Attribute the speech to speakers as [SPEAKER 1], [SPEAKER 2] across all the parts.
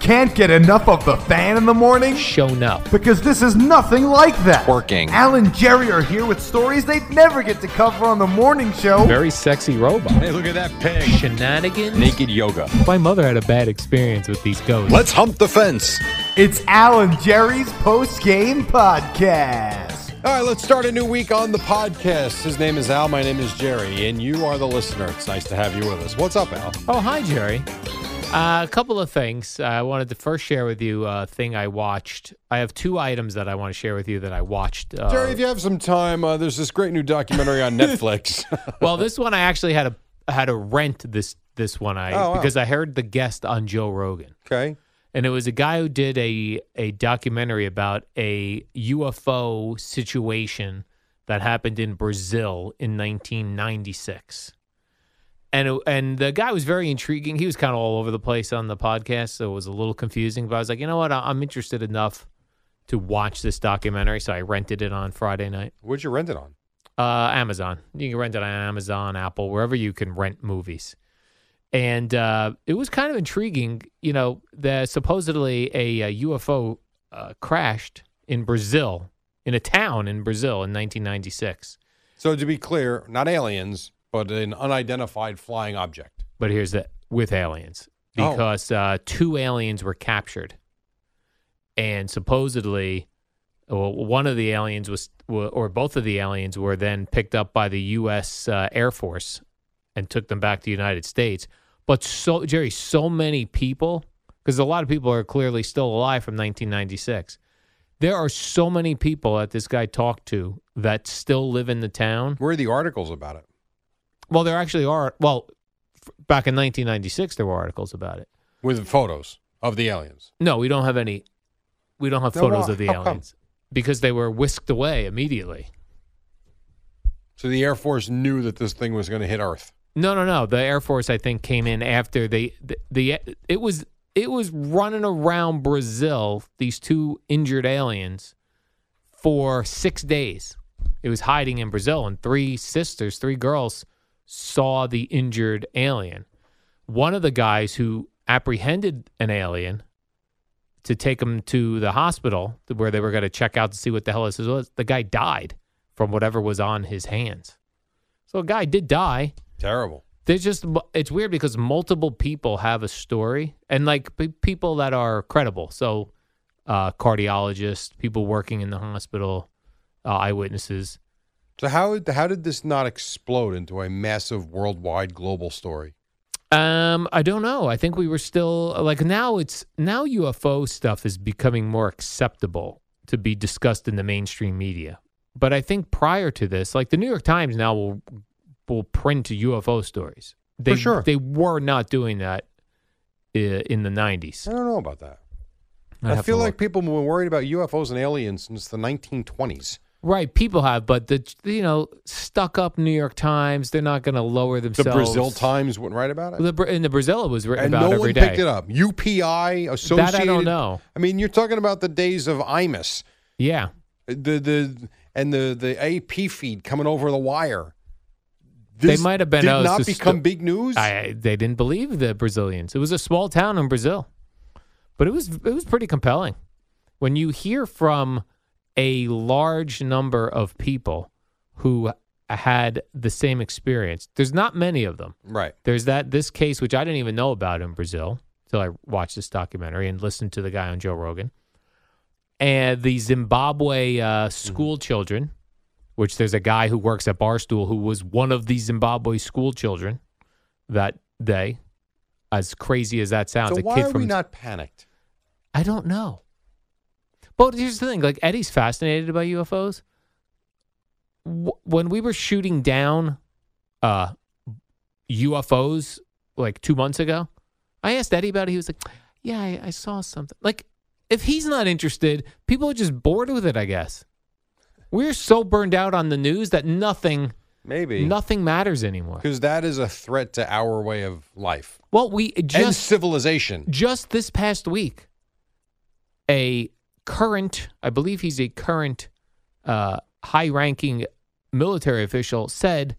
[SPEAKER 1] Can't get enough of the fan in the morning?
[SPEAKER 2] shown up.
[SPEAKER 1] Because this is nothing like that.
[SPEAKER 3] Working.
[SPEAKER 1] Al and Jerry are here with stories they'd never get to cover on the morning show.
[SPEAKER 2] Very sexy robot.
[SPEAKER 3] Hey, look at that pig.
[SPEAKER 2] Shenanigans.
[SPEAKER 3] Naked yoga.
[SPEAKER 2] My mother had a bad experience with these ghosts.
[SPEAKER 3] Let's hump the fence.
[SPEAKER 1] It's Al and Jerry's post game podcast.
[SPEAKER 3] All right, let's start a new week on the podcast. His name is Al. My name is Jerry, and you are the listener. It's nice to have you with us. What's up, Al?
[SPEAKER 2] Oh, hi, Jerry. Uh, a couple of things. I wanted to first share with you a thing I watched. I have two items that I want to share with you that I watched. Uh,
[SPEAKER 3] Jerry, if you have some time, uh, there's this great new documentary on Netflix.
[SPEAKER 2] well, this one I actually had a had to rent this this one I
[SPEAKER 3] Oh, wow.
[SPEAKER 2] because I heard the guest on Joe Rogan.
[SPEAKER 3] okay.
[SPEAKER 2] and it was a guy who did a a documentary about a UFO situation that happened in Brazil in 1996. And it- and the guy was very intriguing. He was kind of all over the place on the podcast, so it was a little confusing. But I was like, you know what? I- I'm interested enough to watch this documentary, so I rented it on Friday night.
[SPEAKER 3] What'd you rent it on?
[SPEAKER 2] Uh, Amazon. You can rent it on Amazon, Apple, wherever you can rent movies. And uh, it was kind of intriguing, you know, that supposedly a, uh UFO uh, crashed in Brazil, in a town in Brazil in 1996.
[SPEAKER 3] So, to be clear, not aliens, but an unidentified flying object.
[SPEAKER 2] But here's the with aliens
[SPEAKER 3] Oh.
[SPEAKER 2] because uh, two aliens were captured, and supposedly, well, one of the aliens was, or both of the aliens were then picked up by the U.S. Uh, Air Force and took them back to the United States. But so Jerry, so many people, because a lot of people are clearly still alive from 1996. There are so many people that this guy talked to that still live in the town
[SPEAKER 3] Where are the articles about it?
[SPEAKER 2] well, there actually are. Well, f- back in 1996, there were articles about it.
[SPEAKER 3] With photos of the aliens.
[SPEAKER 2] No, we don't have any. We don't have
[SPEAKER 3] Then
[SPEAKER 2] photos
[SPEAKER 3] why-
[SPEAKER 2] of the
[SPEAKER 3] how come?
[SPEAKER 2] aliens because they were whisked away immediately.
[SPEAKER 3] So, the Air Force knew that this thing was going to hit Earth.
[SPEAKER 2] No, no, no. The Air Force, I think, came in after they the, the it was it was running around Brazil. These two injured aliens for six days. It was hiding in Brazil, and three sisters, three girls, saw the injured alien. One of the guys who apprehended an alien to take him to the hospital where they were going to check out to see what the hell this was. The guy died from whatever was on his hands. So a guy did die
[SPEAKER 3] Terrible.
[SPEAKER 2] there's just mu- it's weird because multiple people have a story and like pe- people that are credible so uh cardiologists people working in the hospital uh, eyewitnesses
[SPEAKER 3] So, how, how did this not explode into a massive worldwide global story?
[SPEAKER 2] um i don't know i think we were still like now it's now ufo stuff is becoming more acceptable to be discussed in the mainstream media but i think prior to this like the new york times now will will print ufo stories they
[SPEAKER 3] sure.
[SPEAKER 2] they were not doing that i- in the 90s
[SPEAKER 3] I don't know about that.
[SPEAKER 2] I'd
[SPEAKER 3] I
[SPEAKER 2] have to
[SPEAKER 3] feel
[SPEAKER 2] look.
[SPEAKER 3] like people have been worried about UFOs and aliens since the 1920s.
[SPEAKER 2] Right, people have, but the you know stuck up New York Times, they're not going to lower
[SPEAKER 3] The
[SPEAKER 2] themselves.
[SPEAKER 3] Brazil Times wouldn't write about it.
[SPEAKER 2] the Bra- in the Brazil it was written
[SPEAKER 3] and
[SPEAKER 2] about
[SPEAKER 3] no
[SPEAKER 2] every
[SPEAKER 3] one
[SPEAKER 2] day.
[SPEAKER 3] picked it up. UPI,
[SPEAKER 2] That
[SPEAKER 3] Associated.
[SPEAKER 2] I don't know.
[SPEAKER 3] I mean, you're talking about the days of IMUS,
[SPEAKER 2] Yeah,
[SPEAKER 3] the, the, and the, the AP feed coming over the wire.
[SPEAKER 2] They
[SPEAKER 3] This
[SPEAKER 2] might have been,
[SPEAKER 3] Did
[SPEAKER 2] oh, it's
[SPEAKER 3] not
[SPEAKER 2] just
[SPEAKER 3] become
[SPEAKER 2] the-
[SPEAKER 3] big news.
[SPEAKER 2] I, they didn't believe the Brazilians. It was a small town in Brazil, but it was it was pretty compelling when you hear from a large number of people who had the same experience. There's not many of them.
[SPEAKER 3] right.
[SPEAKER 2] There's that this case which I didn't even know about in Brazil. till I watched this documentary and listened to the guy on Joe Rogan. And the Zimbabwe uh,
[SPEAKER 3] Mm-hmm.
[SPEAKER 2] school children, which there's a guy who works at Barstool who was one of the Zimbabwe school children that day. As crazy as that sounds,
[SPEAKER 3] so
[SPEAKER 2] a
[SPEAKER 3] why
[SPEAKER 2] kid
[SPEAKER 3] are
[SPEAKER 2] from
[SPEAKER 3] we not panicked?
[SPEAKER 2] I don't know. But here's the thing: like Eddie's fascinated by UFOs. Wh- When we were shooting down uh, UFOs like two months ago, I asked Eddie about it. He was like, "Yeah, I, I saw something." Like, if he's not interested, people are just bored with it. I guess we're so burned out on the news that nothing,
[SPEAKER 3] Maybe
[SPEAKER 2] nothing matters anymore.
[SPEAKER 3] because that is a threat to our way of life
[SPEAKER 2] Well, we
[SPEAKER 3] and
[SPEAKER 2] just
[SPEAKER 3] civilization.
[SPEAKER 2] just this past week, a current, I believe he's a current uh, high ranking military official, said,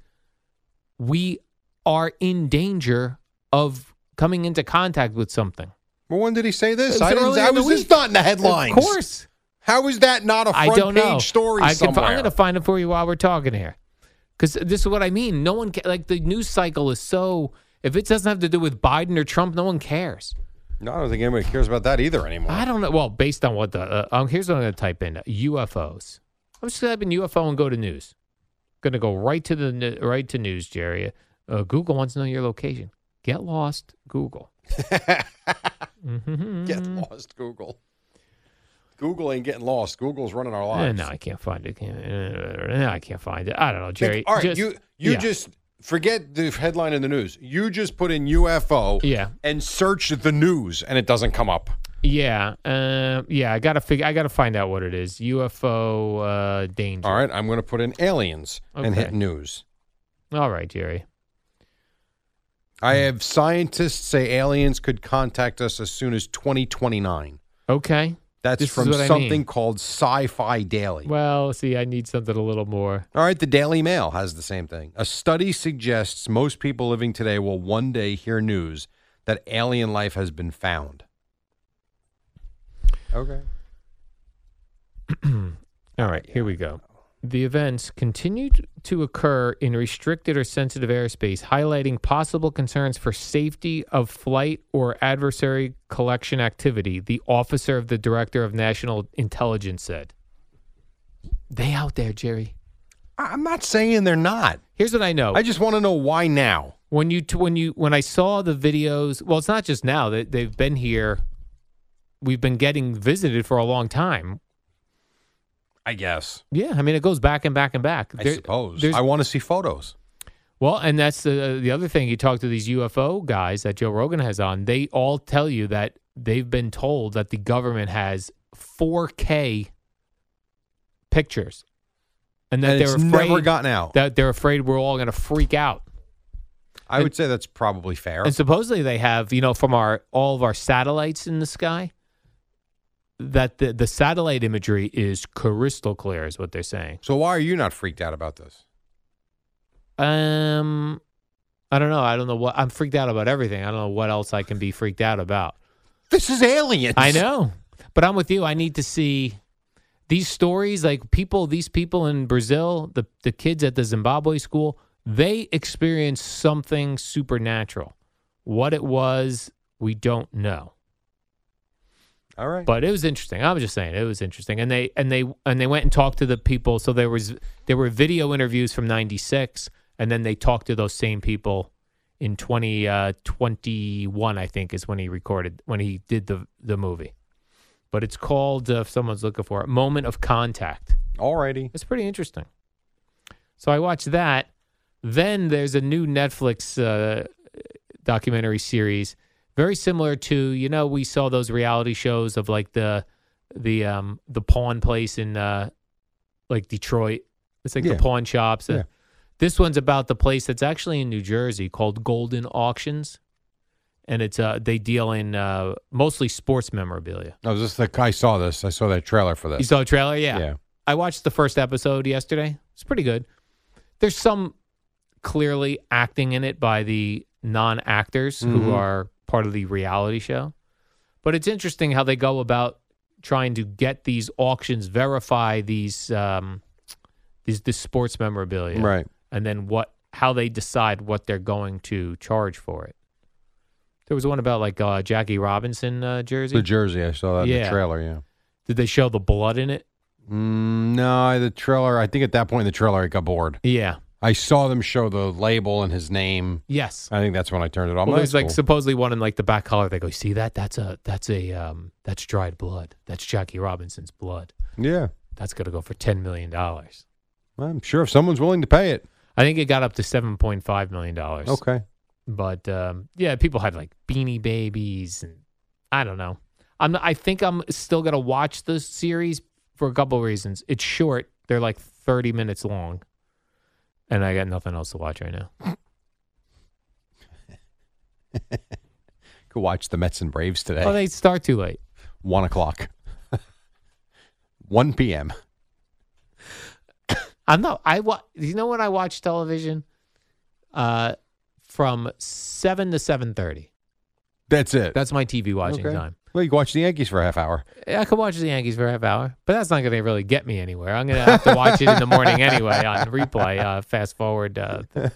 [SPEAKER 2] We are in danger of coming into contact with something.
[SPEAKER 3] Well, when did he say
[SPEAKER 2] It
[SPEAKER 3] this?
[SPEAKER 2] was
[SPEAKER 3] I, didn't,
[SPEAKER 2] early
[SPEAKER 3] I
[SPEAKER 2] in the
[SPEAKER 3] was just
[SPEAKER 2] week.
[SPEAKER 3] not in the headlines.
[SPEAKER 2] Of course.
[SPEAKER 3] How is that not a
[SPEAKER 2] I
[SPEAKER 3] front
[SPEAKER 2] don't
[SPEAKER 3] page
[SPEAKER 2] know.
[SPEAKER 3] story
[SPEAKER 2] I can, fi-
[SPEAKER 3] somewhere?
[SPEAKER 2] I'm going to find it for you while we're talking here. Because this is what I mean. No one, ca- like, the news cycle is so, if it doesn't have to do with Biden or Trump, no one cares.
[SPEAKER 3] no, I don't think anybody cares about that either anymore.
[SPEAKER 2] I don't know. Well, based on what the uh, um, here's what I'm going to type in UFOs. I'm just going to type in UFO and go to news. Going to go right to the ne- right to news, Jerry. Uh, Google wants to know your location. Get lost, Google. mm-hmm.
[SPEAKER 3] Get lost, Google. Google ain't getting lost. Google's running our lives.
[SPEAKER 2] no, Eh, I can't find it. Can't- uh, no, I can't find it. I don't know, Jerry.
[SPEAKER 3] Like, all right,
[SPEAKER 2] just-
[SPEAKER 3] you you
[SPEAKER 2] yeah.
[SPEAKER 3] just forget the headline in the news. You just put in UFO
[SPEAKER 2] Yeah.
[SPEAKER 3] and search the news, and it doesn't come up.
[SPEAKER 2] yeah, um, yeah. I gotta figure. I gotta find out what it is. UFO uh, danger.
[SPEAKER 3] All right, I'm going to put in aliens and hit
[SPEAKER 2] Okay.
[SPEAKER 3] news.
[SPEAKER 2] All right, Jerry.
[SPEAKER 3] I have scientists say aliens could contact us as soon as 2029.
[SPEAKER 2] Okay.
[SPEAKER 3] That's
[SPEAKER 2] This is
[SPEAKER 3] from
[SPEAKER 2] what I mean.
[SPEAKER 3] something called Sci-Fi Daily.
[SPEAKER 2] Well, see, I need something a little more.
[SPEAKER 3] All right, the Daily Mail has the same thing. A study suggests most people living today will one day hear news that alien life has been found. Okay.
[SPEAKER 2] All right, here we go. The events continued to occur in restricted or sensitive airspace, highlighting possible concerns for safety of flight or adversary collection activity, the officer of the Director of National Intelligence said. They out there, Jerry.
[SPEAKER 3] I'm not saying they're not.
[SPEAKER 2] Here's what I know.
[SPEAKER 3] I just want to know why now.
[SPEAKER 2] when you t- when you when I saw the videos, well, it's not just now that they've been here. We've been getting visited for a long time.
[SPEAKER 3] I guess.
[SPEAKER 2] Yeah, I mean it goes back and back and back.
[SPEAKER 3] I
[SPEAKER 2] There-
[SPEAKER 3] suppose.
[SPEAKER 2] there's-
[SPEAKER 3] I want to see photos.
[SPEAKER 2] Well, and that's the the other thing. You talk to these UFO guys that Joe Rogan has on; they all tell you that they've been told that the government has 4K pictures, and that
[SPEAKER 3] And
[SPEAKER 2] they're
[SPEAKER 3] it's
[SPEAKER 2] afraid
[SPEAKER 3] never gotten out.
[SPEAKER 2] that they're afraid we're all going to freak out.
[SPEAKER 3] I would say that's probably fair.
[SPEAKER 2] And supposedly they have, you know, from our all of our satellites in the sky, that the the satellite imagery is crystal clear, is what they're saying.
[SPEAKER 3] So why are you not freaked out about this?
[SPEAKER 2] Um, I don't know. I don't know what I'm freaked out about everything. I don't know what else I can be freaked out about.
[SPEAKER 3] This is aliens.
[SPEAKER 2] I know, but I'm with you. I need to see these stories. Like people, these people in Brazil, the the kids at the Zimbabwe school, they experienced something supernatural. What it was, we don't know.
[SPEAKER 3] All right.
[SPEAKER 2] But it was interesting. I was just saying it was interesting. And they and they and they went and talked to the people. So there was there were video interviews from '96, and then they talked to those same people in 2021. Uh, 21, I think is when he recorded when he did the the movie. But it's called uh, if someone's looking for it, Moment of Contact.
[SPEAKER 3] All righty.
[SPEAKER 2] It's pretty interesting. So I watched that. Then there's a new Netflix uh, documentary series, very similar to you know we saw those reality shows of like the the um the pawn place in uh like Detroit. It's like
[SPEAKER 3] Yeah.
[SPEAKER 2] the pawn shops.
[SPEAKER 3] Yeah.
[SPEAKER 2] This one's about the place that's actually in New Jersey called Golden Auctions, and it's uh they deal in uh mostly sports memorabilia.
[SPEAKER 3] No, this the I saw this. I saw that trailer for
[SPEAKER 2] You
[SPEAKER 3] this.
[SPEAKER 2] saw a trailer,
[SPEAKER 3] yeah.
[SPEAKER 2] I watched the first episode yesterday. It's pretty good. There's some clearly acting in it by the non actors who
[SPEAKER 3] Mhm.
[SPEAKER 2] are part of the reality show. But it's interesting how they go about trying to get these auctions, verify these um, these this sports memorabilia,
[SPEAKER 3] Right.
[SPEAKER 2] And then what how they decide what they're going to charge for it. There was one about like uh, Jackie Robinson uh, jersey.
[SPEAKER 3] The jersey I saw that in
[SPEAKER 2] Yeah.
[SPEAKER 3] the trailer. Yeah.
[SPEAKER 2] Did they show the blood in it?
[SPEAKER 3] Mm, no, the trailer. I think at that point in the trailer, I got bored.
[SPEAKER 2] Yeah.
[SPEAKER 3] I saw them show the label and his name.
[SPEAKER 2] Yes.
[SPEAKER 3] I think that's when I turned it on.
[SPEAKER 2] Well,
[SPEAKER 3] That's
[SPEAKER 2] there's like
[SPEAKER 3] cool.
[SPEAKER 2] supposedly one in like the back collar. They go, "You see that? That's a that's a um that's dried blood. That's Jackie Robinson's blood.
[SPEAKER 3] yeah.
[SPEAKER 2] That's gonna go for ten million dollars.
[SPEAKER 3] I'm sure if someone's willing to pay it.
[SPEAKER 2] I think it got up to seven point five million dollars.
[SPEAKER 3] Okay.
[SPEAKER 2] but um, yeah, people had like Beanie Babies, and I don't know. I'm I think I'm still gonna watch the series for a couple reasons. It's short; they're like 30 minutes long, and I got nothing else to watch right now.
[SPEAKER 3] Could watch the Mets and Braves today.
[SPEAKER 2] Oh, they start too late.
[SPEAKER 3] One o'clock. 1 p.m.
[SPEAKER 2] I'm not. I wa- You know when I watch television, uh, from seven to seven thirty.
[SPEAKER 3] That's it.
[SPEAKER 2] That's my TV watching
[SPEAKER 3] Okay.
[SPEAKER 2] time.
[SPEAKER 3] Well, you can watch the Yankees for a half hour.
[SPEAKER 2] I could watch the Yankees for a half hour, but that's not going to really get me anywhere. I'm going to have to watch it in the morning anyway on replay. Uh, fast forward. Uh,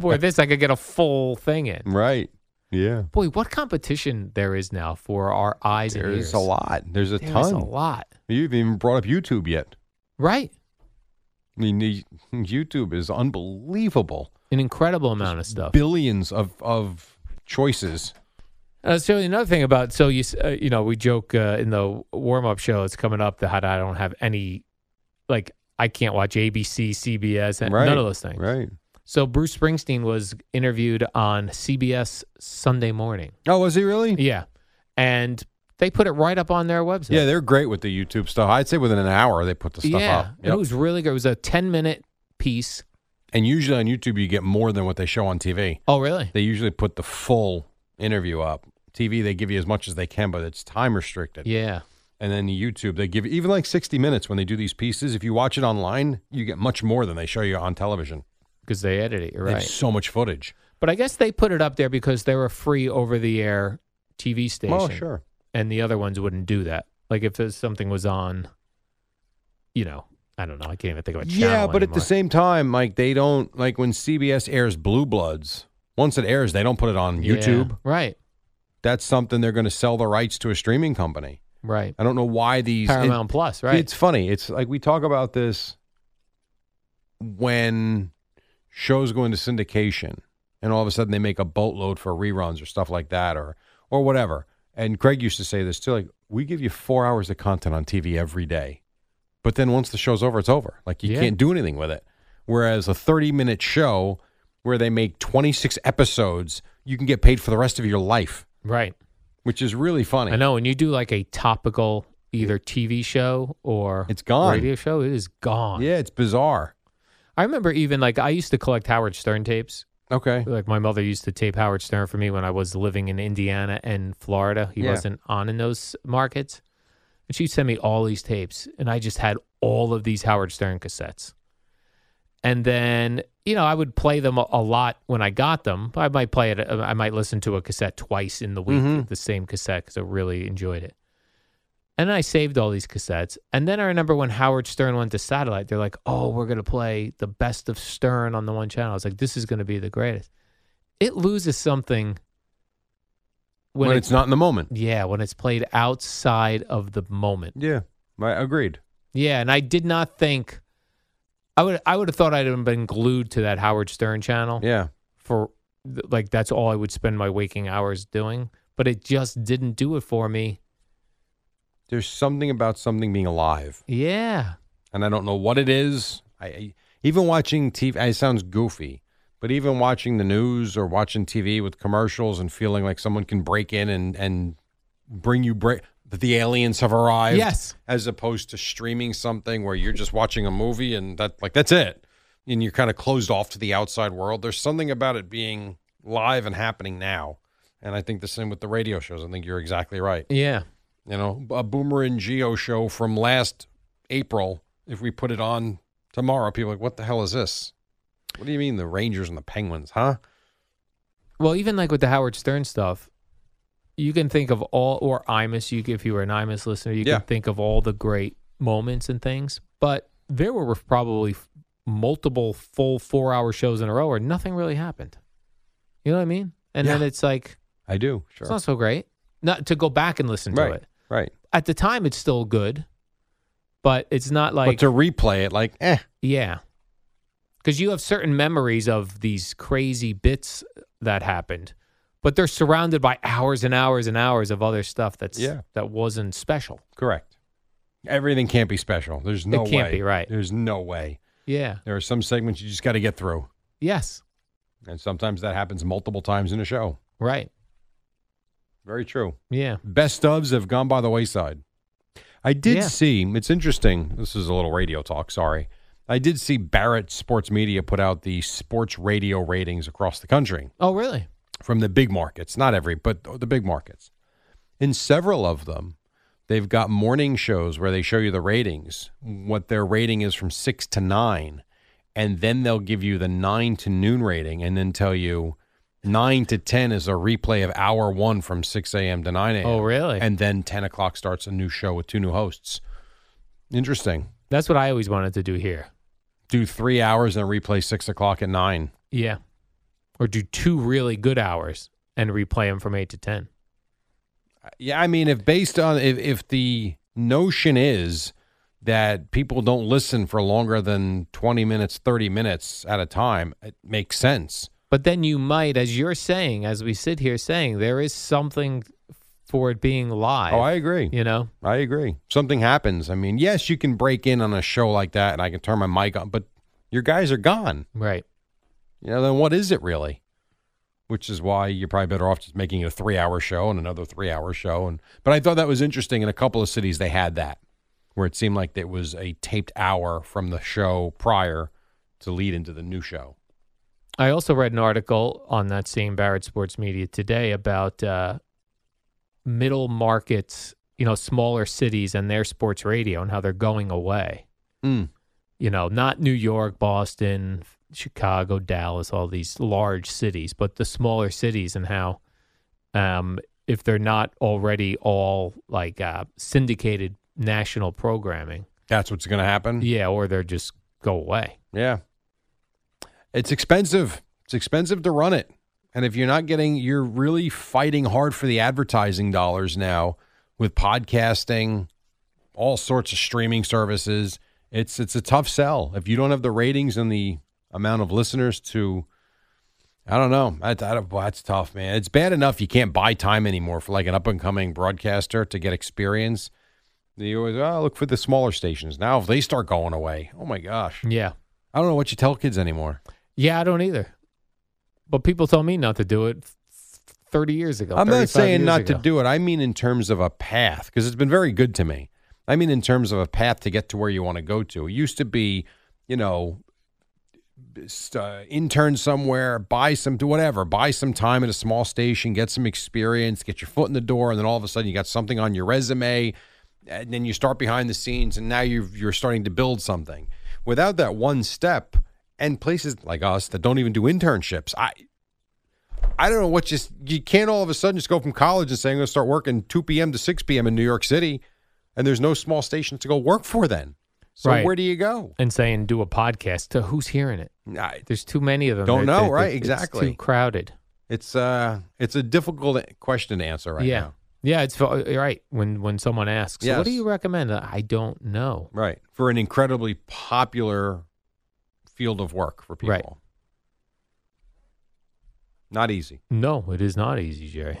[SPEAKER 2] for this, I could get a full thing in.
[SPEAKER 3] Right. Yeah.
[SPEAKER 2] Boy, what competition there is now for our eyes and
[SPEAKER 3] There's
[SPEAKER 2] ears.
[SPEAKER 3] a lot. There's a
[SPEAKER 2] There's
[SPEAKER 3] ton.
[SPEAKER 2] a lot.
[SPEAKER 3] You haven't even brought up YouTube yet.
[SPEAKER 2] Right.
[SPEAKER 3] I mean, the- YouTube is unbelievable.
[SPEAKER 2] An incredible amount of stuff.
[SPEAKER 3] Billions of, of choices.
[SPEAKER 2] Uh, so another thing about so you s- uh, you know we joke uh, in the warm up show it's coming up that I don't have any like I can't watch ABC, CBS, and
[SPEAKER 3] Right.
[SPEAKER 2] none of those things.
[SPEAKER 3] Right.
[SPEAKER 2] So Bruce Springsteen was interviewed on CBS Sunday Morning.
[SPEAKER 3] Oh, was he really?
[SPEAKER 2] Yeah, and they put it right up on their website.
[SPEAKER 3] Yeah, they're great with the YouTube stuff. I'd say within an hour they put the stuff
[SPEAKER 2] yeah.
[SPEAKER 3] up.
[SPEAKER 2] And
[SPEAKER 3] Yep.
[SPEAKER 2] it was really good. It was a ten minute piece.
[SPEAKER 3] and usually on YouTube you get more than what they show on TV.
[SPEAKER 2] Oh, really?
[SPEAKER 3] They usually put the full interview up. TV they give you as much as they can, but it's time restricted.
[SPEAKER 2] Yeah.
[SPEAKER 3] And then YouTube they give even like 60 minutes when they do these pieces. If you watch it online, you get much more than they show you on television.
[SPEAKER 2] Because they edit it, you're
[SPEAKER 3] They have
[SPEAKER 2] right?
[SPEAKER 3] so much footage.
[SPEAKER 2] But I guess they put it up there because they're a free over the air TV station.
[SPEAKER 3] Oh, sure.
[SPEAKER 2] and the other ones wouldn't do that. Like if there's something was on, you know, I don't know. I can't even think of a channel.
[SPEAKER 3] Yeah, but at the
[SPEAKER 2] anymore.
[SPEAKER 3] same time, like they don't like when CBS airs Blue Bloods. Once it airs, they don't put it on
[SPEAKER 2] Yeah,
[SPEAKER 3] YouTube.
[SPEAKER 2] right?
[SPEAKER 3] That's something they're going to sell the rights to a streaming company.
[SPEAKER 2] Right.
[SPEAKER 3] I don't know why these it-
[SPEAKER 2] Paramount Plus, right?
[SPEAKER 3] It's funny. It's like we talk about this when shows go into syndication and all of a sudden they make a boatload for reruns or stuff like that or or whatever. And Craig used to say this too, like, we give you four hours of content on TV every day. But then once the show's over, it's over. Like you
[SPEAKER 2] Yeah.
[SPEAKER 3] can't do anything with it. Whereas a 30 minute show where they make 26 episodes, you can get paid for the rest of your life,
[SPEAKER 2] right.
[SPEAKER 3] which is really funny.
[SPEAKER 2] I know. When you do like a topical either TV show or
[SPEAKER 3] It's gone.
[SPEAKER 2] radio show, it is gone.
[SPEAKER 3] Yeah, it's bizarre.
[SPEAKER 2] I remember even like I used to collect Howard Stern tapes.
[SPEAKER 3] Okay.
[SPEAKER 2] Like my mother used to tape Howard Stern for me when I was living in Indiana and Florida. He
[SPEAKER 3] Yeah.
[SPEAKER 2] wasn't on in those markets. And she'd send me all these tapes, and I just had all of these Howard Stern cassettes. And then, you know, I would play them a, a lot when I got them. I might play it, I might listen to a cassette twice in the week,
[SPEAKER 3] Mm-hmm.
[SPEAKER 2] the same cassette, because I really enjoyed it. And then I saved all these cassettes. And then I remember when Howard Stern went to satellite, they're like, oh, we're going to play the best of Stern on the one channel. I was like, this is going to be the greatest. It loses something
[SPEAKER 3] When, it's not in the moment.
[SPEAKER 2] yeah, when it's played outside of the moment.
[SPEAKER 3] Yeah, I agreed.
[SPEAKER 2] Yeah, and I did not think I would I would have thought I'd have been glued to that Howard Stern channel
[SPEAKER 3] Yeah,
[SPEAKER 2] for th- like that's all I would spend my waking hours doing, but it just didn't do it for me.
[SPEAKER 3] there's something about something being alive,
[SPEAKER 2] Yeah.
[SPEAKER 3] and I don't know what it is. I, I even watching TV. It sounds goofy, but even watching the news or watching TV with commercials and feeling like someone can break in and and bring you break that the aliens have arrived.
[SPEAKER 2] Yes.
[SPEAKER 3] as opposed to streaming something where you're just watching a movie and that like that's it, and you're kind of closed off to the outside world. There's something about it being live and happening now. And I think the same with the radio shows. I think you're exactly right.
[SPEAKER 2] Yeah.
[SPEAKER 3] you know, a Boomer and Geo show from last April. If we put it on tomorrow, people are like, what the hell is this? What do you mean the Rangers and the Penguins, huh?
[SPEAKER 2] Well, even like with the Howard Stern stuff, you can think of all or Imus, you if you were an Imus listener, you
[SPEAKER 3] Yeah.
[SPEAKER 2] can think of all the great moments and things, but there were probably f- multiple full 4-hour shows in a row where nothing really happened. You know what I mean? And then
[SPEAKER 3] Yeah.
[SPEAKER 2] it's like
[SPEAKER 3] I I do. Sure.
[SPEAKER 2] It's not so great. Not to go back and listen
[SPEAKER 3] right.
[SPEAKER 2] to it.
[SPEAKER 3] Right.
[SPEAKER 2] At the time, it's still good, but it's not like
[SPEAKER 3] but to replay it, like, eh.
[SPEAKER 2] yeah, because you have certain memories of these crazy bits that happened, but they're surrounded by hours and hours and hours of other stuff that's
[SPEAKER 3] Yeah.
[SPEAKER 2] that wasn't special.
[SPEAKER 3] Correct. Everything can't be special. There's no
[SPEAKER 2] can't
[SPEAKER 3] way.
[SPEAKER 2] be, right.
[SPEAKER 3] There's no way.
[SPEAKER 2] Yeah.
[SPEAKER 3] There are some segments you just got to get through.
[SPEAKER 2] Yes.
[SPEAKER 3] And sometimes that happens multiple times in a show.
[SPEAKER 2] Right.
[SPEAKER 3] Very true.
[SPEAKER 2] Yeah.
[SPEAKER 3] Best ofs have gone by the wayside. I did
[SPEAKER 2] Yeah.
[SPEAKER 3] see, it's interesting. This is a little radio talk, sorry. I did see Barrett Sports Media put out the sports radio ratings across the country
[SPEAKER 2] Oh, really?
[SPEAKER 3] from the big markets, not every, but the big markets. In several of them, they've got morning shows where they show you the ratings, what their rating is from six to nine, and then they'll give you the nine to noon rating and then tell you nine to 10 is a replay of hour one from 6 a.m. to 9 a.m.
[SPEAKER 2] Oh, really?
[SPEAKER 3] And then 10 o'clock starts a new show with two new hosts. Interesting.
[SPEAKER 2] That's what I always wanted to do here.
[SPEAKER 3] Do three hours and replay six o'clock at nine.
[SPEAKER 2] Yeah. Or do two really good hours and replay them from 8 to 10.
[SPEAKER 3] Yeah, I mean, if based on if, if the notion is that people don't listen for longer than twenty minutes, thirty minutes at a time, it makes sense.
[SPEAKER 2] But then you might, as you're saying, as we sit here saying, there is something for it being live.
[SPEAKER 3] oh, I agree.
[SPEAKER 2] You know?
[SPEAKER 3] I agree. Something happens. I mean, yes, you can break in on a show like that, and I can turn my mic on, but your guys are gone.
[SPEAKER 2] Right.
[SPEAKER 3] You know, then what is it really? Which is why you're probably better off just making it a three-hour show and another three-hour show. And but I thought that was interesting. In a couple of cities, they had that, where it seemed like it was a taped hour from the show prior to lead into the new show.
[SPEAKER 2] I also read an article on that same Barrett Sports Media today about uh, middle markets, you know, smaller cities and their sports radio and how they're going away.
[SPEAKER 3] Mm.
[SPEAKER 2] You know, not New York, Boston, Chicago, Dallas, all these large cities, but the smaller cities and how um, if they're not already all like uh, syndicated national programming,
[SPEAKER 3] That's what's going to happen.
[SPEAKER 2] yeah, or they're just go away.
[SPEAKER 3] Yeah. It's expensive. It's expensive to run it. And if you're not getting, you're really fighting hard for the advertising dollars now with podcasting, all sorts of streaming services. It's it's a tough sell. If you don't have the ratings and the amount of listeners to I don't know. That's, I don't- well, that's tough, man. It's bad enough you can't buy time anymore for like an up and coming broadcaster to get experience. You always oh, look for the smaller stations. Now if they start going away, oh my gosh.
[SPEAKER 2] Yeah.
[SPEAKER 3] I don't know what you tell kids anymore.
[SPEAKER 2] Yeah, I don't either. But people told me not to do it f- f- 30 years ago.
[SPEAKER 3] I'm
[SPEAKER 2] 35
[SPEAKER 3] not saying
[SPEAKER 2] years
[SPEAKER 3] not
[SPEAKER 2] ago.
[SPEAKER 3] to do it. I mean in terms of a path because it's been very good to me. I mean in terms of a path to get to where you want to go to. It used to be, you know, just, uh, intern somewhere, buy some do whatever, buy some time at a small station, get some experience, get your foot in the door, and then all of a sudden you got something on your resume, and then you start behind the scenes, and now you've, you're starting to build something. Without that one step, and places like us that don't even do internships, I. I don't know what just you can't all of a sudden just go from college and say I'm going to start working 2 p.m. to 6 p.m. in New York City, and there's no small stations to go work for then. So
[SPEAKER 2] Right.
[SPEAKER 3] where do you go?
[SPEAKER 2] And saying do a podcast to who's hearing it?
[SPEAKER 3] I,
[SPEAKER 2] There's too many of them.
[SPEAKER 3] Don't know, right?
[SPEAKER 2] it's
[SPEAKER 3] Exactly.
[SPEAKER 2] too crowded.
[SPEAKER 3] It's uh, it's a difficult question to answer right
[SPEAKER 2] yeah.
[SPEAKER 3] now.
[SPEAKER 2] Yeah, it's fu- you're right. When when someone asks, "So what do
[SPEAKER 3] Yes.
[SPEAKER 2] you recommend? I don't know.
[SPEAKER 3] Right. For an incredibly popular field of work for people.
[SPEAKER 2] Right.
[SPEAKER 3] Not easy.
[SPEAKER 2] No, it is not easy, Jerry.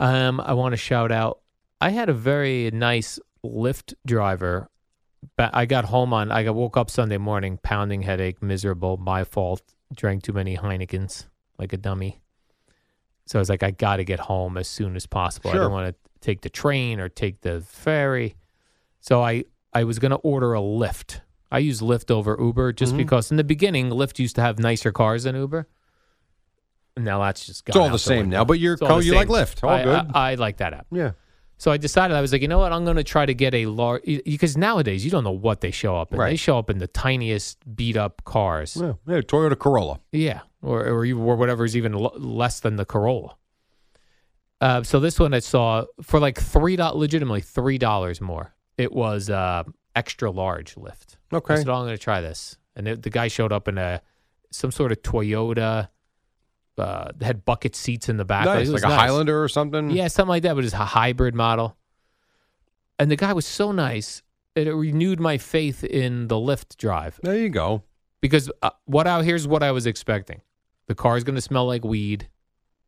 [SPEAKER 2] Um, I want to shout out. I had a very nice Lyft driver. But I got home on. I got woke up Sunday morning, pounding headache, miserable. My fault. Drank too many Heinekens, like a dummy. So I was like, I got to get home as soon as possible. I
[SPEAKER 3] Sure.
[SPEAKER 2] don't want to take the train or take the ferry. So I I was gonna order a Lyft.
[SPEAKER 3] Mm-hmm.
[SPEAKER 2] I use Lyft over Uber just because in the beginning Lyft used to have nicer cars than Uber. Now that's just
[SPEAKER 3] It's all
[SPEAKER 2] gone
[SPEAKER 3] the
[SPEAKER 2] out
[SPEAKER 3] same
[SPEAKER 2] window.
[SPEAKER 3] now, but you're
[SPEAKER 2] It's all the
[SPEAKER 3] co- you like
[SPEAKER 2] same.
[SPEAKER 3] Lyft. All
[SPEAKER 2] I-
[SPEAKER 3] good.
[SPEAKER 2] I, I like that app.
[SPEAKER 3] Yeah.
[SPEAKER 2] So I decided I was like, you know what? I'm going to try to get a large because nowadays you don't know what they show up in. They
[SPEAKER 3] Right.
[SPEAKER 2] show up in the tiniest beat up cars.
[SPEAKER 3] yeah. Yeah. Toyota Corolla.
[SPEAKER 2] Yeah, or or, even, or whatever is even l- less than the Corolla. Uh, so this one I saw for like three dollars, legitimately three dollars more. It was uh, extra large lift. I
[SPEAKER 3] Okay.
[SPEAKER 2] said, oh, I'm going to try this, and the, the guy showed up in a some sort of Toyota. Uh, that had bucket seats in the back.
[SPEAKER 3] Nice.
[SPEAKER 2] it
[SPEAKER 3] Like
[SPEAKER 2] was
[SPEAKER 3] a
[SPEAKER 2] nice.
[SPEAKER 3] Highlander or something.
[SPEAKER 2] Yeah, something like that, but it's a hybrid model. And the guy was so nice. It renewed my faith in the Lyft drive
[SPEAKER 3] There you go.
[SPEAKER 2] because uh, what I here's what I was expecting: the car's going to smell like weed,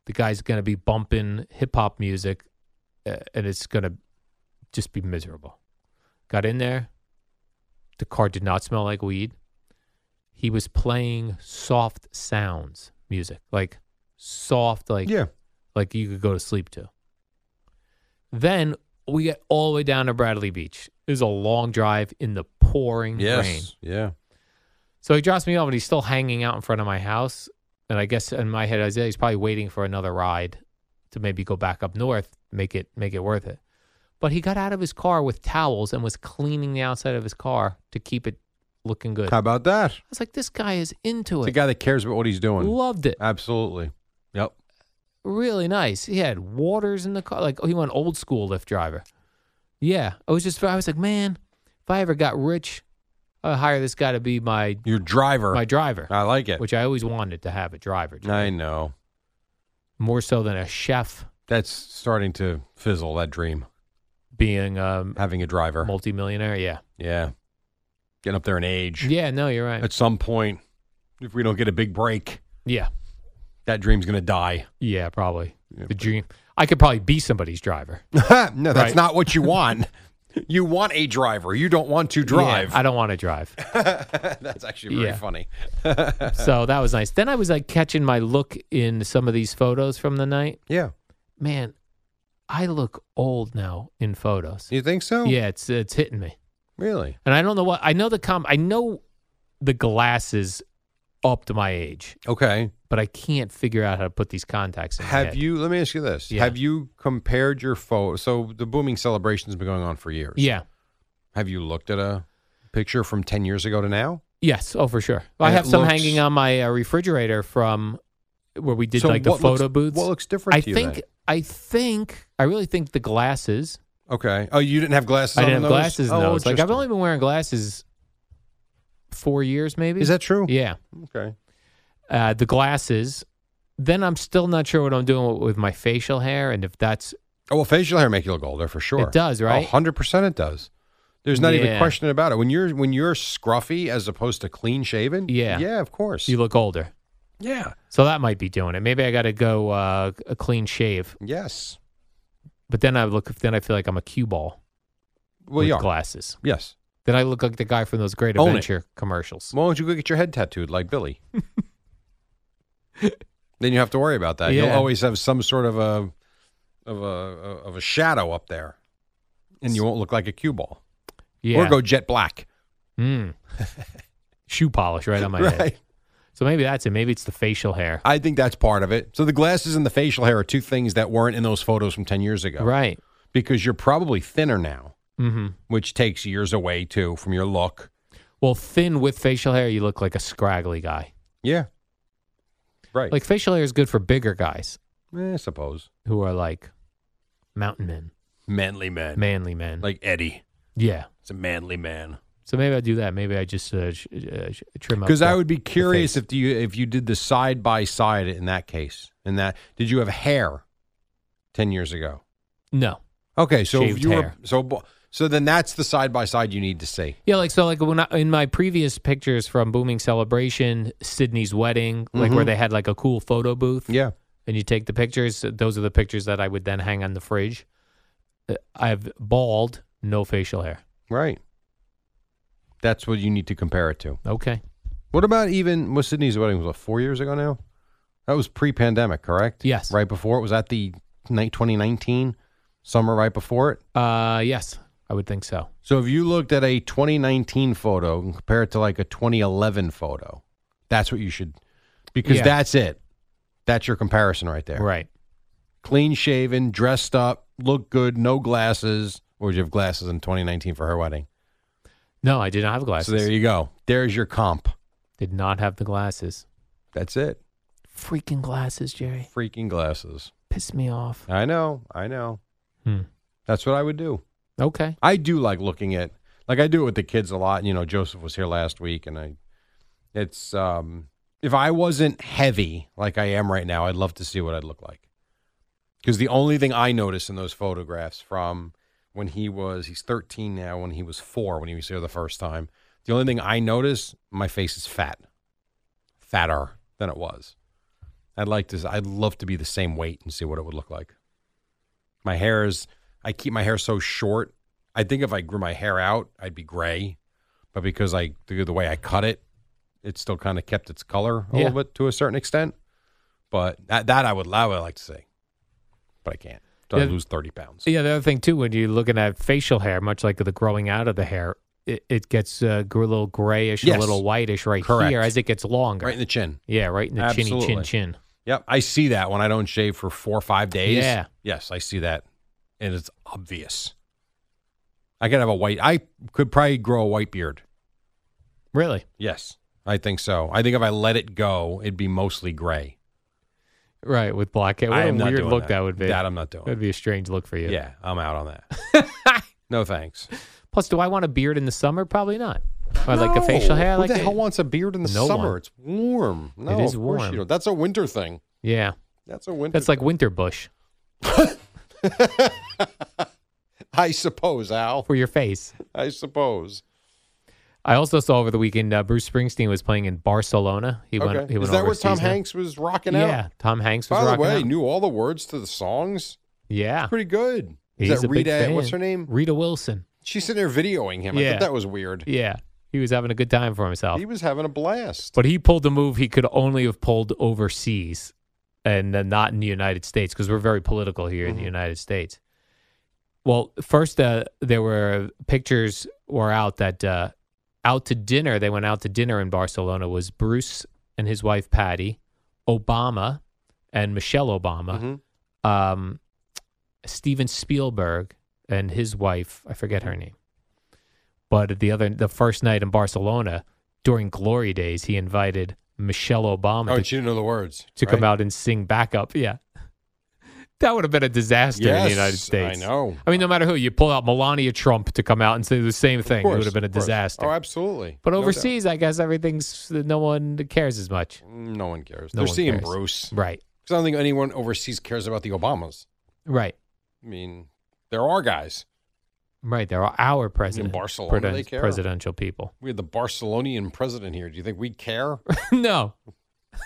[SPEAKER 2] the guy's going to be bumping hip hop music, uh, and it's going to just be miserable. Got in there, the car did not smell like weed. He was playing soft sounds music, like soft, like
[SPEAKER 3] yeah.
[SPEAKER 2] like you could go to sleep to. Then we get all the way down to Bradley Beach. It was a long drive in the pouring
[SPEAKER 3] Yes.
[SPEAKER 2] rain.
[SPEAKER 3] Yeah.
[SPEAKER 2] So he drops me off and he's still hanging out in front of my house. And I guess in my head, I said he's probably waiting for another ride to maybe go back up north, make it make it worth it. But he got out of his car with towels and was cleaning the outside of his car to keep it looking good.
[SPEAKER 3] How
[SPEAKER 2] I
[SPEAKER 3] about that?
[SPEAKER 2] was like, this guy is into
[SPEAKER 3] It's a
[SPEAKER 2] it.
[SPEAKER 3] guy that cares about what he's doing.
[SPEAKER 2] Loved it.
[SPEAKER 3] Absolutely. Yep.
[SPEAKER 2] really nice. He had waters in the car. Like oh, he went old school lift driver. Yeah, I was just I was like, man, if I ever got rich, I'd hire this guy to be my
[SPEAKER 3] Your driver.
[SPEAKER 2] my driver,
[SPEAKER 3] I like it.
[SPEAKER 2] which I always wanted to have a driver,
[SPEAKER 3] I know.
[SPEAKER 2] more so than a chef
[SPEAKER 3] That's starting to fizzle, that dream.
[SPEAKER 2] being um, a
[SPEAKER 3] Having a driver.
[SPEAKER 2] multimillionaire. Yeah,
[SPEAKER 3] Yeah. Getting up there in age.
[SPEAKER 2] yeah, no, you're right.
[SPEAKER 3] At some point, if we don't get a big break,
[SPEAKER 2] Yeah,
[SPEAKER 3] that dream's going to die.
[SPEAKER 2] yeah, probably the dream. I could probably be somebody's driver.
[SPEAKER 3] no, that's
[SPEAKER 2] Right.
[SPEAKER 3] not what you want. you want a driver. You don't want to drive.
[SPEAKER 2] Yeah, I don't want to drive.
[SPEAKER 3] that's actually very
[SPEAKER 2] Yeah.
[SPEAKER 3] funny.
[SPEAKER 2] so that was nice. Then I was like catching my look in some of these photos from the night.
[SPEAKER 3] Yeah.
[SPEAKER 2] man, I look old now in photos.
[SPEAKER 3] You think so?
[SPEAKER 2] Yeah, it's it's hitting me,
[SPEAKER 3] Really?
[SPEAKER 2] and I don't know what I know. The com I know the glasses upped my age,
[SPEAKER 3] Okay.
[SPEAKER 2] but I can't figure out how to put these contacts. In my
[SPEAKER 3] Have
[SPEAKER 2] head.
[SPEAKER 3] you, let me ask you this.
[SPEAKER 2] Yeah.
[SPEAKER 3] Have you compared your photo? So the booming celebration's been going on for years.
[SPEAKER 2] Yeah.
[SPEAKER 3] Have you looked at a picture from 10 years ago to now?
[SPEAKER 2] Yes. Oh, for sure. I
[SPEAKER 3] And
[SPEAKER 2] have
[SPEAKER 3] it
[SPEAKER 2] some
[SPEAKER 3] looks-
[SPEAKER 2] hanging on my uh, refrigerator from where we did
[SPEAKER 3] So
[SPEAKER 2] like the
[SPEAKER 3] what
[SPEAKER 2] photo
[SPEAKER 3] looks-
[SPEAKER 2] booths.
[SPEAKER 3] What looks different
[SPEAKER 2] I
[SPEAKER 3] to you
[SPEAKER 2] think.
[SPEAKER 3] then?
[SPEAKER 2] I think. I really think the glasses.
[SPEAKER 3] Okay. Oh, you didn't have glasses
[SPEAKER 2] I
[SPEAKER 3] on
[SPEAKER 2] didn't have
[SPEAKER 3] those?
[SPEAKER 2] glasses in
[SPEAKER 3] oh,
[SPEAKER 2] those. Like I've
[SPEAKER 3] interesting.
[SPEAKER 2] only been wearing glasses four years, maybe.
[SPEAKER 3] Is that true?
[SPEAKER 2] Yeah.
[SPEAKER 3] Okay.
[SPEAKER 2] uh, the glasses. Then I'm still not sure what I'm doing with, with my facial hair and if that's
[SPEAKER 3] Oh, well, facial hair make you look older for sure.
[SPEAKER 2] It does, right?
[SPEAKER 3] hundred percent, it does. There's not even
[SPEAKER 2] Yeah.
[SPEAKER 3] a question about it. When you're when you're scruffy as opposed to clean shaven,
[SPEAKER 2] Yeah.
[SPEAKER 3] yeah, of course,
[SPEAKER 2] you look older.
[SPEAKER 3] yeah,
[SPEAKER 2] So that might be doing it. Maybe I got to go uh, a clean shave.
[SPEAKER 3] yes.
[SPEAKER 2] But then I look. Then I feel like I'm a cue ball
[SPEAKER 3] Well,
[SPEAKER 2] with
[SPEAKER 3] you are.
[SPEAKER 2] glasses.
[SPEAKER 3] yes.
[SPEAKER 2] Then I look like the guy from those Great
[SPEAKER 3] Own it.
[SPEAKER 2] Adventure commercials.
[SPEAKER 3] Why don't you go get your head tattooed like Billy? then you have to worry about that. You'll
[SPEAKER 2] Yeah.
[SPEAKER 3] always have some sort of a of a of a shadow up there, and you won't look like a cue ball.
[SPEAKER 2] Yeah.
[SPEAKER 3] Or go jet black.
[SPEAKER 2] Mm. Shoe polish right on my head.
[SPEAKER 3] right.
[SPEAKER 2] So maybe that's it. Maybe it's the facial hair.
[SPEAKER 3] I think that's part of it. So the glasses and the facial hair are two things that weren't in those photos from 10 years ago.
[SPEAKER 2] Right.
[SPEAKER 3] Because you're probably thinner now,
[SPEAKER 2] hmm
[SPEAKER 3] which takes years away too from your look.
[SPEAKER 2] Well, thin with facial hair, you look like a scraggly guy.
[SPEAKER 3] Yeah. Right.
[SPEAKER 2] Like facial hair is good for bigger guys.
[SPEAKER 3] Eh, I suppose.
[SPEAKER 2] who are like mountain men,
[SPEAKER 3] Manly man.
[SPEAKER 2] manly men.
[SPEAKER 3] Like Eddie.
[SPEAKER 2] yeah.
[SPEAKER 3] It's a manly man.
[SPEAKER 2] So maybe I do that. Maybe I just uh, sh- uh, sh- trim up.
[SPEAKER 3] Because I
[SPEAKER 2] the-
[SPEAKER 3] would be
[SPEAKER 2] the
[SPEAKER 3] curious
[SPEAKER 2] face.
[SPEAKER 3] if you if you did the side by side in that case. In that did you have hair ten years ago?
[SPEAKER 2] no.
[SPEAKER 3] Okay, so if
[SPEAKER 2] Shaved
[SPEAKER 3] you were
[SPEAKER 2] hair.
[SPEAKER 3] so bo- so then that's the side by side you need to see.
[SPEAKER 2] Yeah, like so, like when I, in my previous pictures from Booming Celebration, Sydney's wedding, like where
[SPEAKER 3] Mhm.
[SPEAKER 2] they had like a cool photo booth,
[SPEAKER 3] Yeah.
[SPEAKER 2] and you take the pictures. Those are the pictures that I would then hang on the fridge. Uh, I've bald, no facial hair.
[SPEAKER 3] Right. That's what you need to compare it to.
[SPEAKER 2] Okay.
[SPEAKER 3] What about even was Sydney's wedding was what, four years ago now? That was pre-pandemic, correct?
[SPEAKER 2] Yes.
[SPEAKER 3] Right before it was at the night 2019 summer, right before it.
[SPEAKER 2] Uh, yes, I would think so.
[SPEAKER 3] So if you looked at a 2019 photo and compare it to like a 2011 photo, that's what you should, because
[SPEAKER 2] Yeah.
[SPEAKER 3] that's it. That's your comparison right there.
[SPEAKER 2] Right.
[SPEAKER 3] Clean shaven, dressed up, look good, no glasses. Or would you have glasses in 2019 for her wedding?
[SPEAKER 2] No, I did not have glasses.
[SPEAKER 3] So there you go. There's your comp.
[SPEAKER 2] Did not have the glasses.
[SPEAKER 3] That's it.
[SPEAKER 2] Freaking glasses, Jerry.
[SPEAKER 3] Freaking glasses.
[SPEAKER 2] Piss me off.
[SPEAKER 3] I know. I know.
[SPEAKER 2] Hmm.
[SPEAKER 3] That's what I would do.
[SPEAKER 2] Okay.
[SPEAKER 3] I do like looking at like I do it with the kids a lot. You know, Joseph was here last week and I it's um if I wasn't heavy like I am right now, I'd love to see what I'd look like. Cuz the only thing I notice in those photographs from when he was he's 13 now when he was 4 when he was here the first time, the only thing I notice my face is fat. Fatter than it was. I'd like to I'd love to be the same weight and see what it would look like. My hair is I keep my hair so short. I think if I grew my hair out, I'd be gray. But because I the, the way I cut it, it still kind of kept its color
[SPEAKER 2] Yeah.
[SPEAKER 3] a little bit to a certain extent. But that, that I would I would like to see. But I can't. So I
[SPEAKER 2] Yeah.
[SPEAKER 3] lose thirty pounds.
[SPEAKER 2] Yeah, the other thing too, when you're looking at facial hair, much like the growing out of the hair, it, it gets uh, gr- a little grayish,
[SPEAKER 3] Yes.
[SPEAKER 2] a little whitish right
[SPEAKER 3] Correct.
[SPEAKER 2] here as it gets longer.
[SPEAKER 3] Right in the chin.
[SPEAKER 2] yeah, right in the
[SPEAKER 3] Absolutely.
[SPEAKER 2] chinny chin chin.
[SPEAKER 3] Yep. I see that when I don't shave for four or five days.
[SPEAKER 2] Yeah.
[SPEAKER 3] Yes, I see that. And it's obvious. I could have a white I could probably grow a white beard.
[SPEAKER 2] Really?
[SPEAKER 3] Yes. I think so. I think if I let it go, it'd be mostly gray.
[SPEAKER 2] Right, with black hair. What
[SPEAKER 3] I
[SPEAKER 2] a
[SPEAKER 3] am not
[SPEAKER 2] weird
[SPEAKER 3] doing
[SPEAKER 2] look that. would be.
[SPEAKER 3] That I'm not doing.
[SPEAKER 2] That'd be a strange look for you.
[SPEAKER 3] Yeah, I'm out on that. no thanks.
[SPEAKER 2] Plus, do I want a beard in the summer? Probably not. I like a facial hair. I
[SPEAKER 3] Who
[SPEAKER 2] like
[SPEAKER 3] the
[SPEAKER 2] it.
[SPEAKER 3] hell wants a beard in the
[SPEAKER 2] No
[SPEAKER 3] summer?
[SPEAKER 2] one.
[SPEAKER 3] It's warm. No,
[SPEAKER 2] is
[SPEAKER 3] of course
[SPEAKER 2] warm.
[SPEAKER 3] You don't. That's a winter thing.
[SPEAKER 2] Yeah,
[SPEAKER 3] That's a winter.
[SPEAKER 2] that's like winter bush
[SPEAKER 3] I suppose, Al.
[SPEAKER 2] for your face.
[SPEAKER 3] I suppose.
[SPEAKER 2] I also saw over the weekend uh, Bruce Springsteen was playing in Barcelona. He
[SPEAKER 3] Okay.
[SPEAKER 2] went. He went
[SPEAKER 3] Is that where
[SPEAKER 2] overseas
[SPEAKER 3] Tom
[SPEAKER 2] now.
[SPEAKER 3] Hanks was rocking out?
[SPEAKER 2] Yeah, Tom Hanks was
[SPEAKER 3] By the
[SPEAKER 2] rocking
[SPEAKER 3] way,
[SPEAKER 2] out.
[SPEAKER 3] knew all the words to the songs.
[SPEAKER 2] yeah,
[SPEAKER 3] Pretty good. Is
[SPEAKER 2] He's
[SPEAKER 3] that
[SPEAKER 2] a big
[SPEAKER 3] Rita? What's her
[SPEAKER 2] fan.
[SPEAKER 3] name?
[SPEAKER 2] Rita Wilson.
[SPEAKER 3] She's sitting there videoing him. I
[SPEAKER 2] Yeah.
[SPEAKER 3] thought that was weird.
[SPEAKER 2] Yeah, he was having a good time for himself.
[SPEAKER 3] He was having a blast.
[SPEAKER 2] but he pulled a move he could only have pulled overseas and then not in the United States because we're very political here in the United States. Well, first, uh, there were pictures were out that uh, out to dinner. They went out to dinner in Barcelona was Bruce and his wife Patty, Obama, and Michelle Obama
[SPEAKER 3] Mhm.
[SPEAKER 2] um, Steven Spielberg and his wife, I forget her name, but the other the first night in Barcelona during Glory Days, he invited Michelle Obama
[SPEAKER 3] Oh,
[SPEAKER 2] um, to,
[SPEAKER 3] and she didn't know the words.
[SPEAKER 2] to
[SPEAKER 3] right?
[SPEAKER 2] come out and sing backup. Yeah, that would have been a disaster in the United
[SPEAKER 3] Yes,
[SPEAKER 2] States.
[SPEAKER 3] I know.
[SPEAKER 2] I mean, no matter who you pull out, Melania Trump to come out and say the same thing, it would have been a
[SPEAKER 3] of course.
[SPEAKER 2] disaster.
[SPEAKER 3] Oh, absolutely.
[SPEAKER 2] but
[SPEAKER 3] No doubt.
[SPEAKER 2] overseas, I guess everything's no one cares as much.
[SPEAKER 3] Mm, no one cares.
[SPEAKER 2] No
[SPEAKER 3] They're
[SPEAKER 2] one
[SPEAKER 3] seeing
[SPEAKER 2] cares.
[SPEAKER 3] Bruce.
[SPEAKER 2] Right,
[SPEAKER 3] Because I don't think anyone overseas cares about the Obamas.
[SPEAKER 2] right,
[SPEAKER 3] I mean, there are guys.
[SPEAKER 2] right. There are our president,
[SPEAKER 3] Barcelona,
[SPEAKER 2] preden-
[SPEAKER 3] they care.
[SPEAKER 2] presidential people.
[SPEAKER 3] We had the Barcelonian president here. Do you think we care?
[SPEAKER 2] No.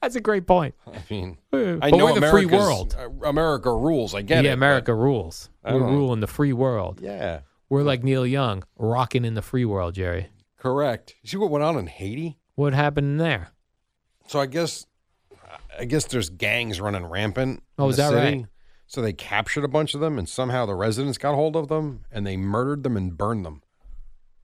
[SPEAKER 2] That's a great point.
[SPEAKER 3] I mean,
[SPEAKER 2] I
[SPEAKER 3] I know
[SPEAKER 2] we're the free
[SPEAKER 3] America's-
[SPEAKER 2] world.
[SPEAKER 3] uh, America rules. I
[SPEAKER 2] Yeah,
[SPEAKER 3] get it. but-
[SPEAKER 2] America rules.
[SPEAKER 3] I
[SPEAKER 2] We're
[SPEAKER 3] don't know.
[SPEAKER 2] ruling the free world.
[SPEAKER 3] Yeah,
[SPEAKER 2] We're like Neil Young, rocking in the free world, Jerry.
[SPEAKER 3] correct. You see what went on in Haiti?
[SPEAKER 2] What happened there?
[SPEAKER 3] So I guess, I guess there's gangs running rampant.
[SPEAKER 2] Oh,
[SPEAKER 3] in
[SPEAKER 2] is
[SPEAKER 3] the
[SPEAKER 2] that
[SPEAKER 3] city.
[SPEAKER 2] right?
[SPEAKER 3] So they captured a bunch of them, and somehow the residents got hold of them, and they murdered them and burned them.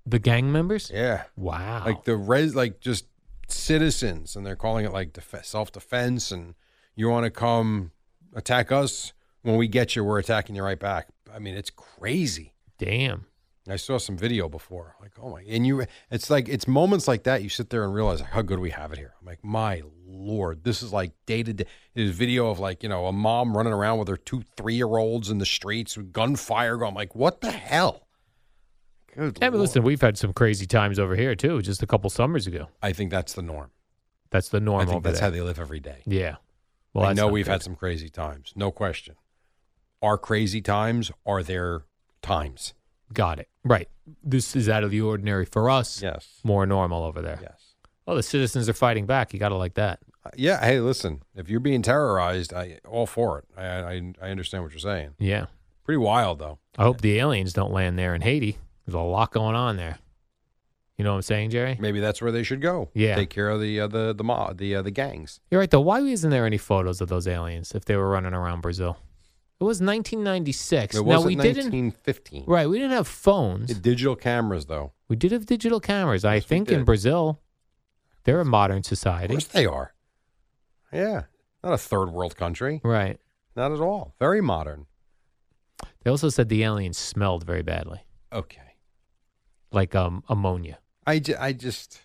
[SPEAKER 2] The gang members?
[SPEAKER 3] Yeah.
[SPEAKER 2] Wow.
[SPEAKER 3] like the res like just citizens and they're calling it like def- self-defense and you want to come attack us when we get you we're attacking you right back i mean it's crazy
[SPEAKER 2] Damn.
[SPEAKER 3] i saw some video before like oh my and you it's like it's moments like that you sit there and realize like, how good we have it here i'm like my lord this is like day to day there's video of like you know a mom running around with her two three-year-olds in the streets with gunfire going I'm like what the hell good
[SPEAKER 2] Yeah, but
[SPEAKER 3] lord.
[SPEAKER 2] listen, we've had some crazy times over here too, just a couple summers ago.
[SPEAKER 3] i think that's the norm
[SPEAKER 2] That's the norm
[SPEAKER 3] i think
[SPEAKER 2] over
[SPEAKER 3] that's
[SPEAKER 2] there.
[SPEAKER 3] how they live every day
[SPEAKER 2] yeah. Well,
[SPEAKER 3] I
[SPEAKER 2] that's
[SPEAKER 3] know
[SPEAKER 2] not
[SPEAKER 3] we've
[SPEAKER 2] good.
[SPEAKER 3] had some crazy times, no question. Are crazy times are there times?
[SPEAKER 2] Got it. Right. This is out of the ordinary for us.
[SPEAKER 3] Yes.
[SPEAKER 2] More normal over there.
[SPEAKER 3] Yes.
[SPEAKER 2] Oh, the citizens are fighting back. You got to like that.
[SPEAKER 3] Uh, Yeah. Hey, listen. If you're being terrorized, I all for it. I I, I understand what you're saying.
[SPEAKER 2] Yeah.
[SPEAKER 3] Pretty wild though.
[SPEAKER 2] I hope the aliens don't land there in Haiti. There's a lot going on there. You know what I'm saying, Jerry?
[SPEAKER 3] Maybe that's where they should go.
[SPEAKER 2] Yeah.
[SPEAKER 3] Take care of the uh, the the mob, the uh, the gangs.
[SPEAKER 2] You're right, though. Why isn't there any photos of those aliens if they were running around Brazil? It was 1996.
[SPEAKER 3] It
[SPEAKER 2] now
[SPEAKER 3] wasn't
[SPEAKER 2] we didn't.
[SPEAKER 3] 1915.
[SPEAKER 2] Right, we didn't have phones.
[SPEAKER 3] The digital cameras though.
[SPEAKER 2] we did have digital cameras. I
[SPEAKER 3] Yes, we
[SPEAKER 2] think in
[SPEAKER 3] did.
[SPEAKER 2] Brazil, they're a modern
[SPEAKER 3] Of
[SPEAKER 2] society.
[SPEAKER 3] course they are. Yeah. Not a third world country.
[SPEAKER 2] Right.
[SPEAKER 3] Not at all. Very modern.
[SPEAKER 2] They also said the aliens smelled very badly,
[SPEAKER 3] Okay.
[SPEAKER 2] like um, ammonia.
[SPEAKER 3] I, ju- I just.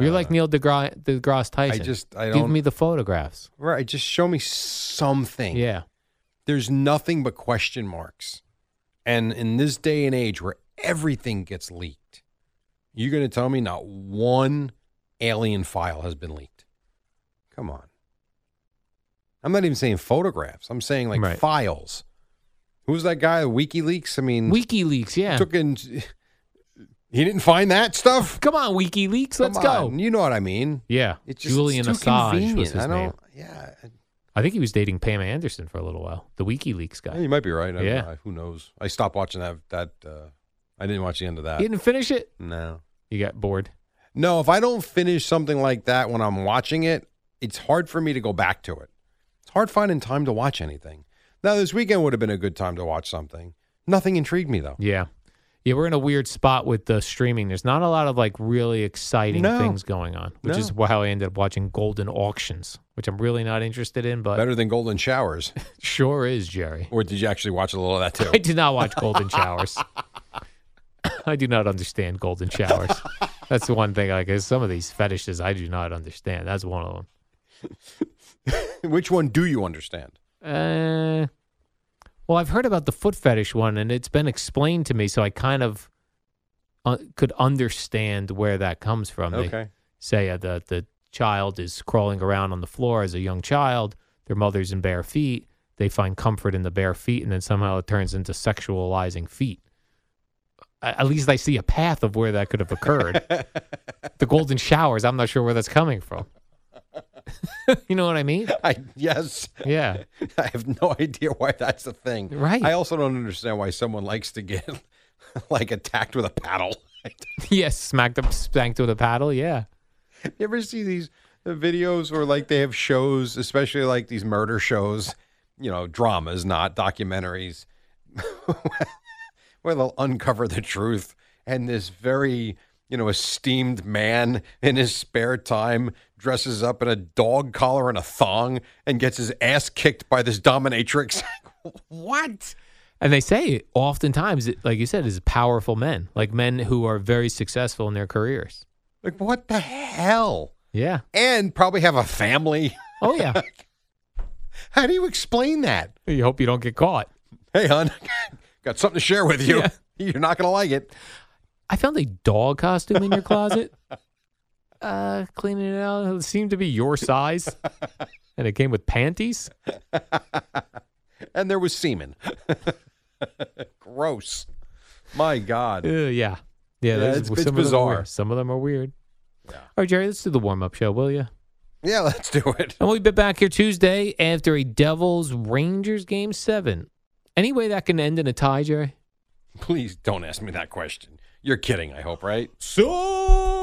[SPEAKER 2] You're like Neil deGrasse, deGrasse Tyson.
[SPEAKER 3] just- Uh, I
[SPEAKER 2] give
[SPEAKER 3] don't-
[SPEAKER 2] me the photographs.
[SPEAKER 3] Right. Just show me something.
[SPEAKER 2] Yeah,
[SPEAKER 3] There's nothing but question marks. And in this day and age where everything gets leaked, you're going to tell me not one alien file has been leaked. Come on. I'm not even saying photographs. I'm saying like
[SPEAKER 2] Right.
[SPEAKER 3] files. Who's that guy? WikiLeaks? I mean,
[SPEAKER 2] WikiLeaks. Yeah,
[SPEAKER 3] took in. He didn't find that stuff?
[SPEAKER 2] come on, WikiLeaks. let's
[SPEAKER 3] Come
[SPEAKER 2] go.
[SPEAKER 3] on, You know what I mean.
[SPEAKER 2] Yeah,
[SPEAKER 3] It's just
[SPEAKER 2] Julian
[SPEAKER 3] it's too
[SPEAKER 2] Assange
[SPEAKER 3] convenient.
[SPEAKER 2] was his
[SPEAKER 3] I don't,
[SPEAKER 2] name.
[SPEAKER 3] Yeah.
[SPEAKER 2] I think he was dating Pam Anderson for a little while. The WikiLeaks guy.
[SPEAKER 3] Yeah, you might be right. I-
[SPEAKER 2] Yeah.
[SPEAKER 3] I- who knows? I stopped watching that. That uh, I didn't watch the end of that.
[SPEAKER 2] You didn't finish it.
[SPEAKER 3] no,
[SPEAKER 2] You got bored.
[SPEAKER 3] no. If I don't finish something like that when I'm watching it, it's hard for me to go back to it. It's hard finding time to watch anything. Now this weekend would have been a good time to watch something. Nothing intrigued me though.
[SPEAKER 2] Yeah, yeah. We're in a weird spot with the streaming. There's not a lot of like really exciting
[SPEAKER 3] No.
[SPEAKER 2] things going on, which is
[SPEAKER 3] No.
[SPEAKER 2] how I ended up watching Golden Auctions, which I'm really not interested in, but
[SPEAKER 3] Better than Golden Showers.
[SPEAKER 2] sure is Jerry.
[SPEAKER 3] or did you actually watch a little of that too?
[SPEAKER 2] I did not watch Golden Showers. I do not understand Golden Showers. That's the one thing. Like some of these fetishes, I do not understand. That's one of them.
[SPEAKER 3] Which one do you understand?
[SPEAKER 2] Uh, well, I've heard about the foot fetish one, and it's been explained to me, so I kind of uh, could understand where that comes from. They
[SPEAKER 3] Okay.
[SPEAKER 2] say uh, the the child is crawling around on the floor as a young child. Their mother's in bare feet. They find comfort in the bare feet, and then somehow it turns into sexualizing feet. A- At least I see a path of where that could have occurred. the golden showers. I'm not sure where that's coming from. you know what I mean?
[SPEAKER 3] I yes.
[SPEAKER 2] Yeah.
[SPEAKER 3] I have no idea why that's a thing.
[SPEAKER 2] Right.
[SPEAKER 3] I also don't understand why someone likes to get like attacked with a paddle. you
[SPEAKER 2] Yes, smacked up, spanked with a paddle. Yeah,
[SPEAKER 3] ever see these uh, videos where like they have shows, especially like these murder shows, you know, dramas, not documentaries, where they'll uncover the truth and this very you know esteemed man in his spare time dresses up in a dog collar and a thong and gets his ass kicked by this dominatrix. what?
[SPEAKER 2] and they say oftentimes, it, like you said, is powerful men, like men who are very successful in their careers.
[SPEAKER 3] Like, what the hell?
[SPEAKER 2] Yeah.
[SPEAKER 3] And probably have a family.
[SPEAKER 2] Oh yeah.
[SPEAKER 3] How do you explain that?
[SPEAKER 2] you hope you don't get caught.
[SPEAKER 3] Hey, hon, got something to share with you.
[SPEAKER 2] Yeah.
[SPEAKER 3] You're not going to like it.
[SPEAKER 2] I found a dog costume in your closet. uh, cleaning it out, it seemed to be your size, and it came with panties.
[SPEAKER 3] And there was semen. Gross. My God.
[SPEAKER 2] Uh, yeah. Yeah, those-
[SPEAKER 3] it's-
[SPEAKER 2] some
[SPEAKER 3] it's
[SPEAKER 2] of them are
[SPEAKER 3] bizarre.
[SPEAKER 2] weird. Some of them are weird. All right, Jerry, let's do the warm up show, will you?
[SPEAKER 3] Yeah, let's do it.
[SPEAKER 2] And we'll be back here Tuesday after a Devils Rangers game seven. Any way that can end in a tie, Jerry?
[SPEAKER 3] Please don't ask me that question. You're kidding, I hope, right?
[SPEAKER 2] So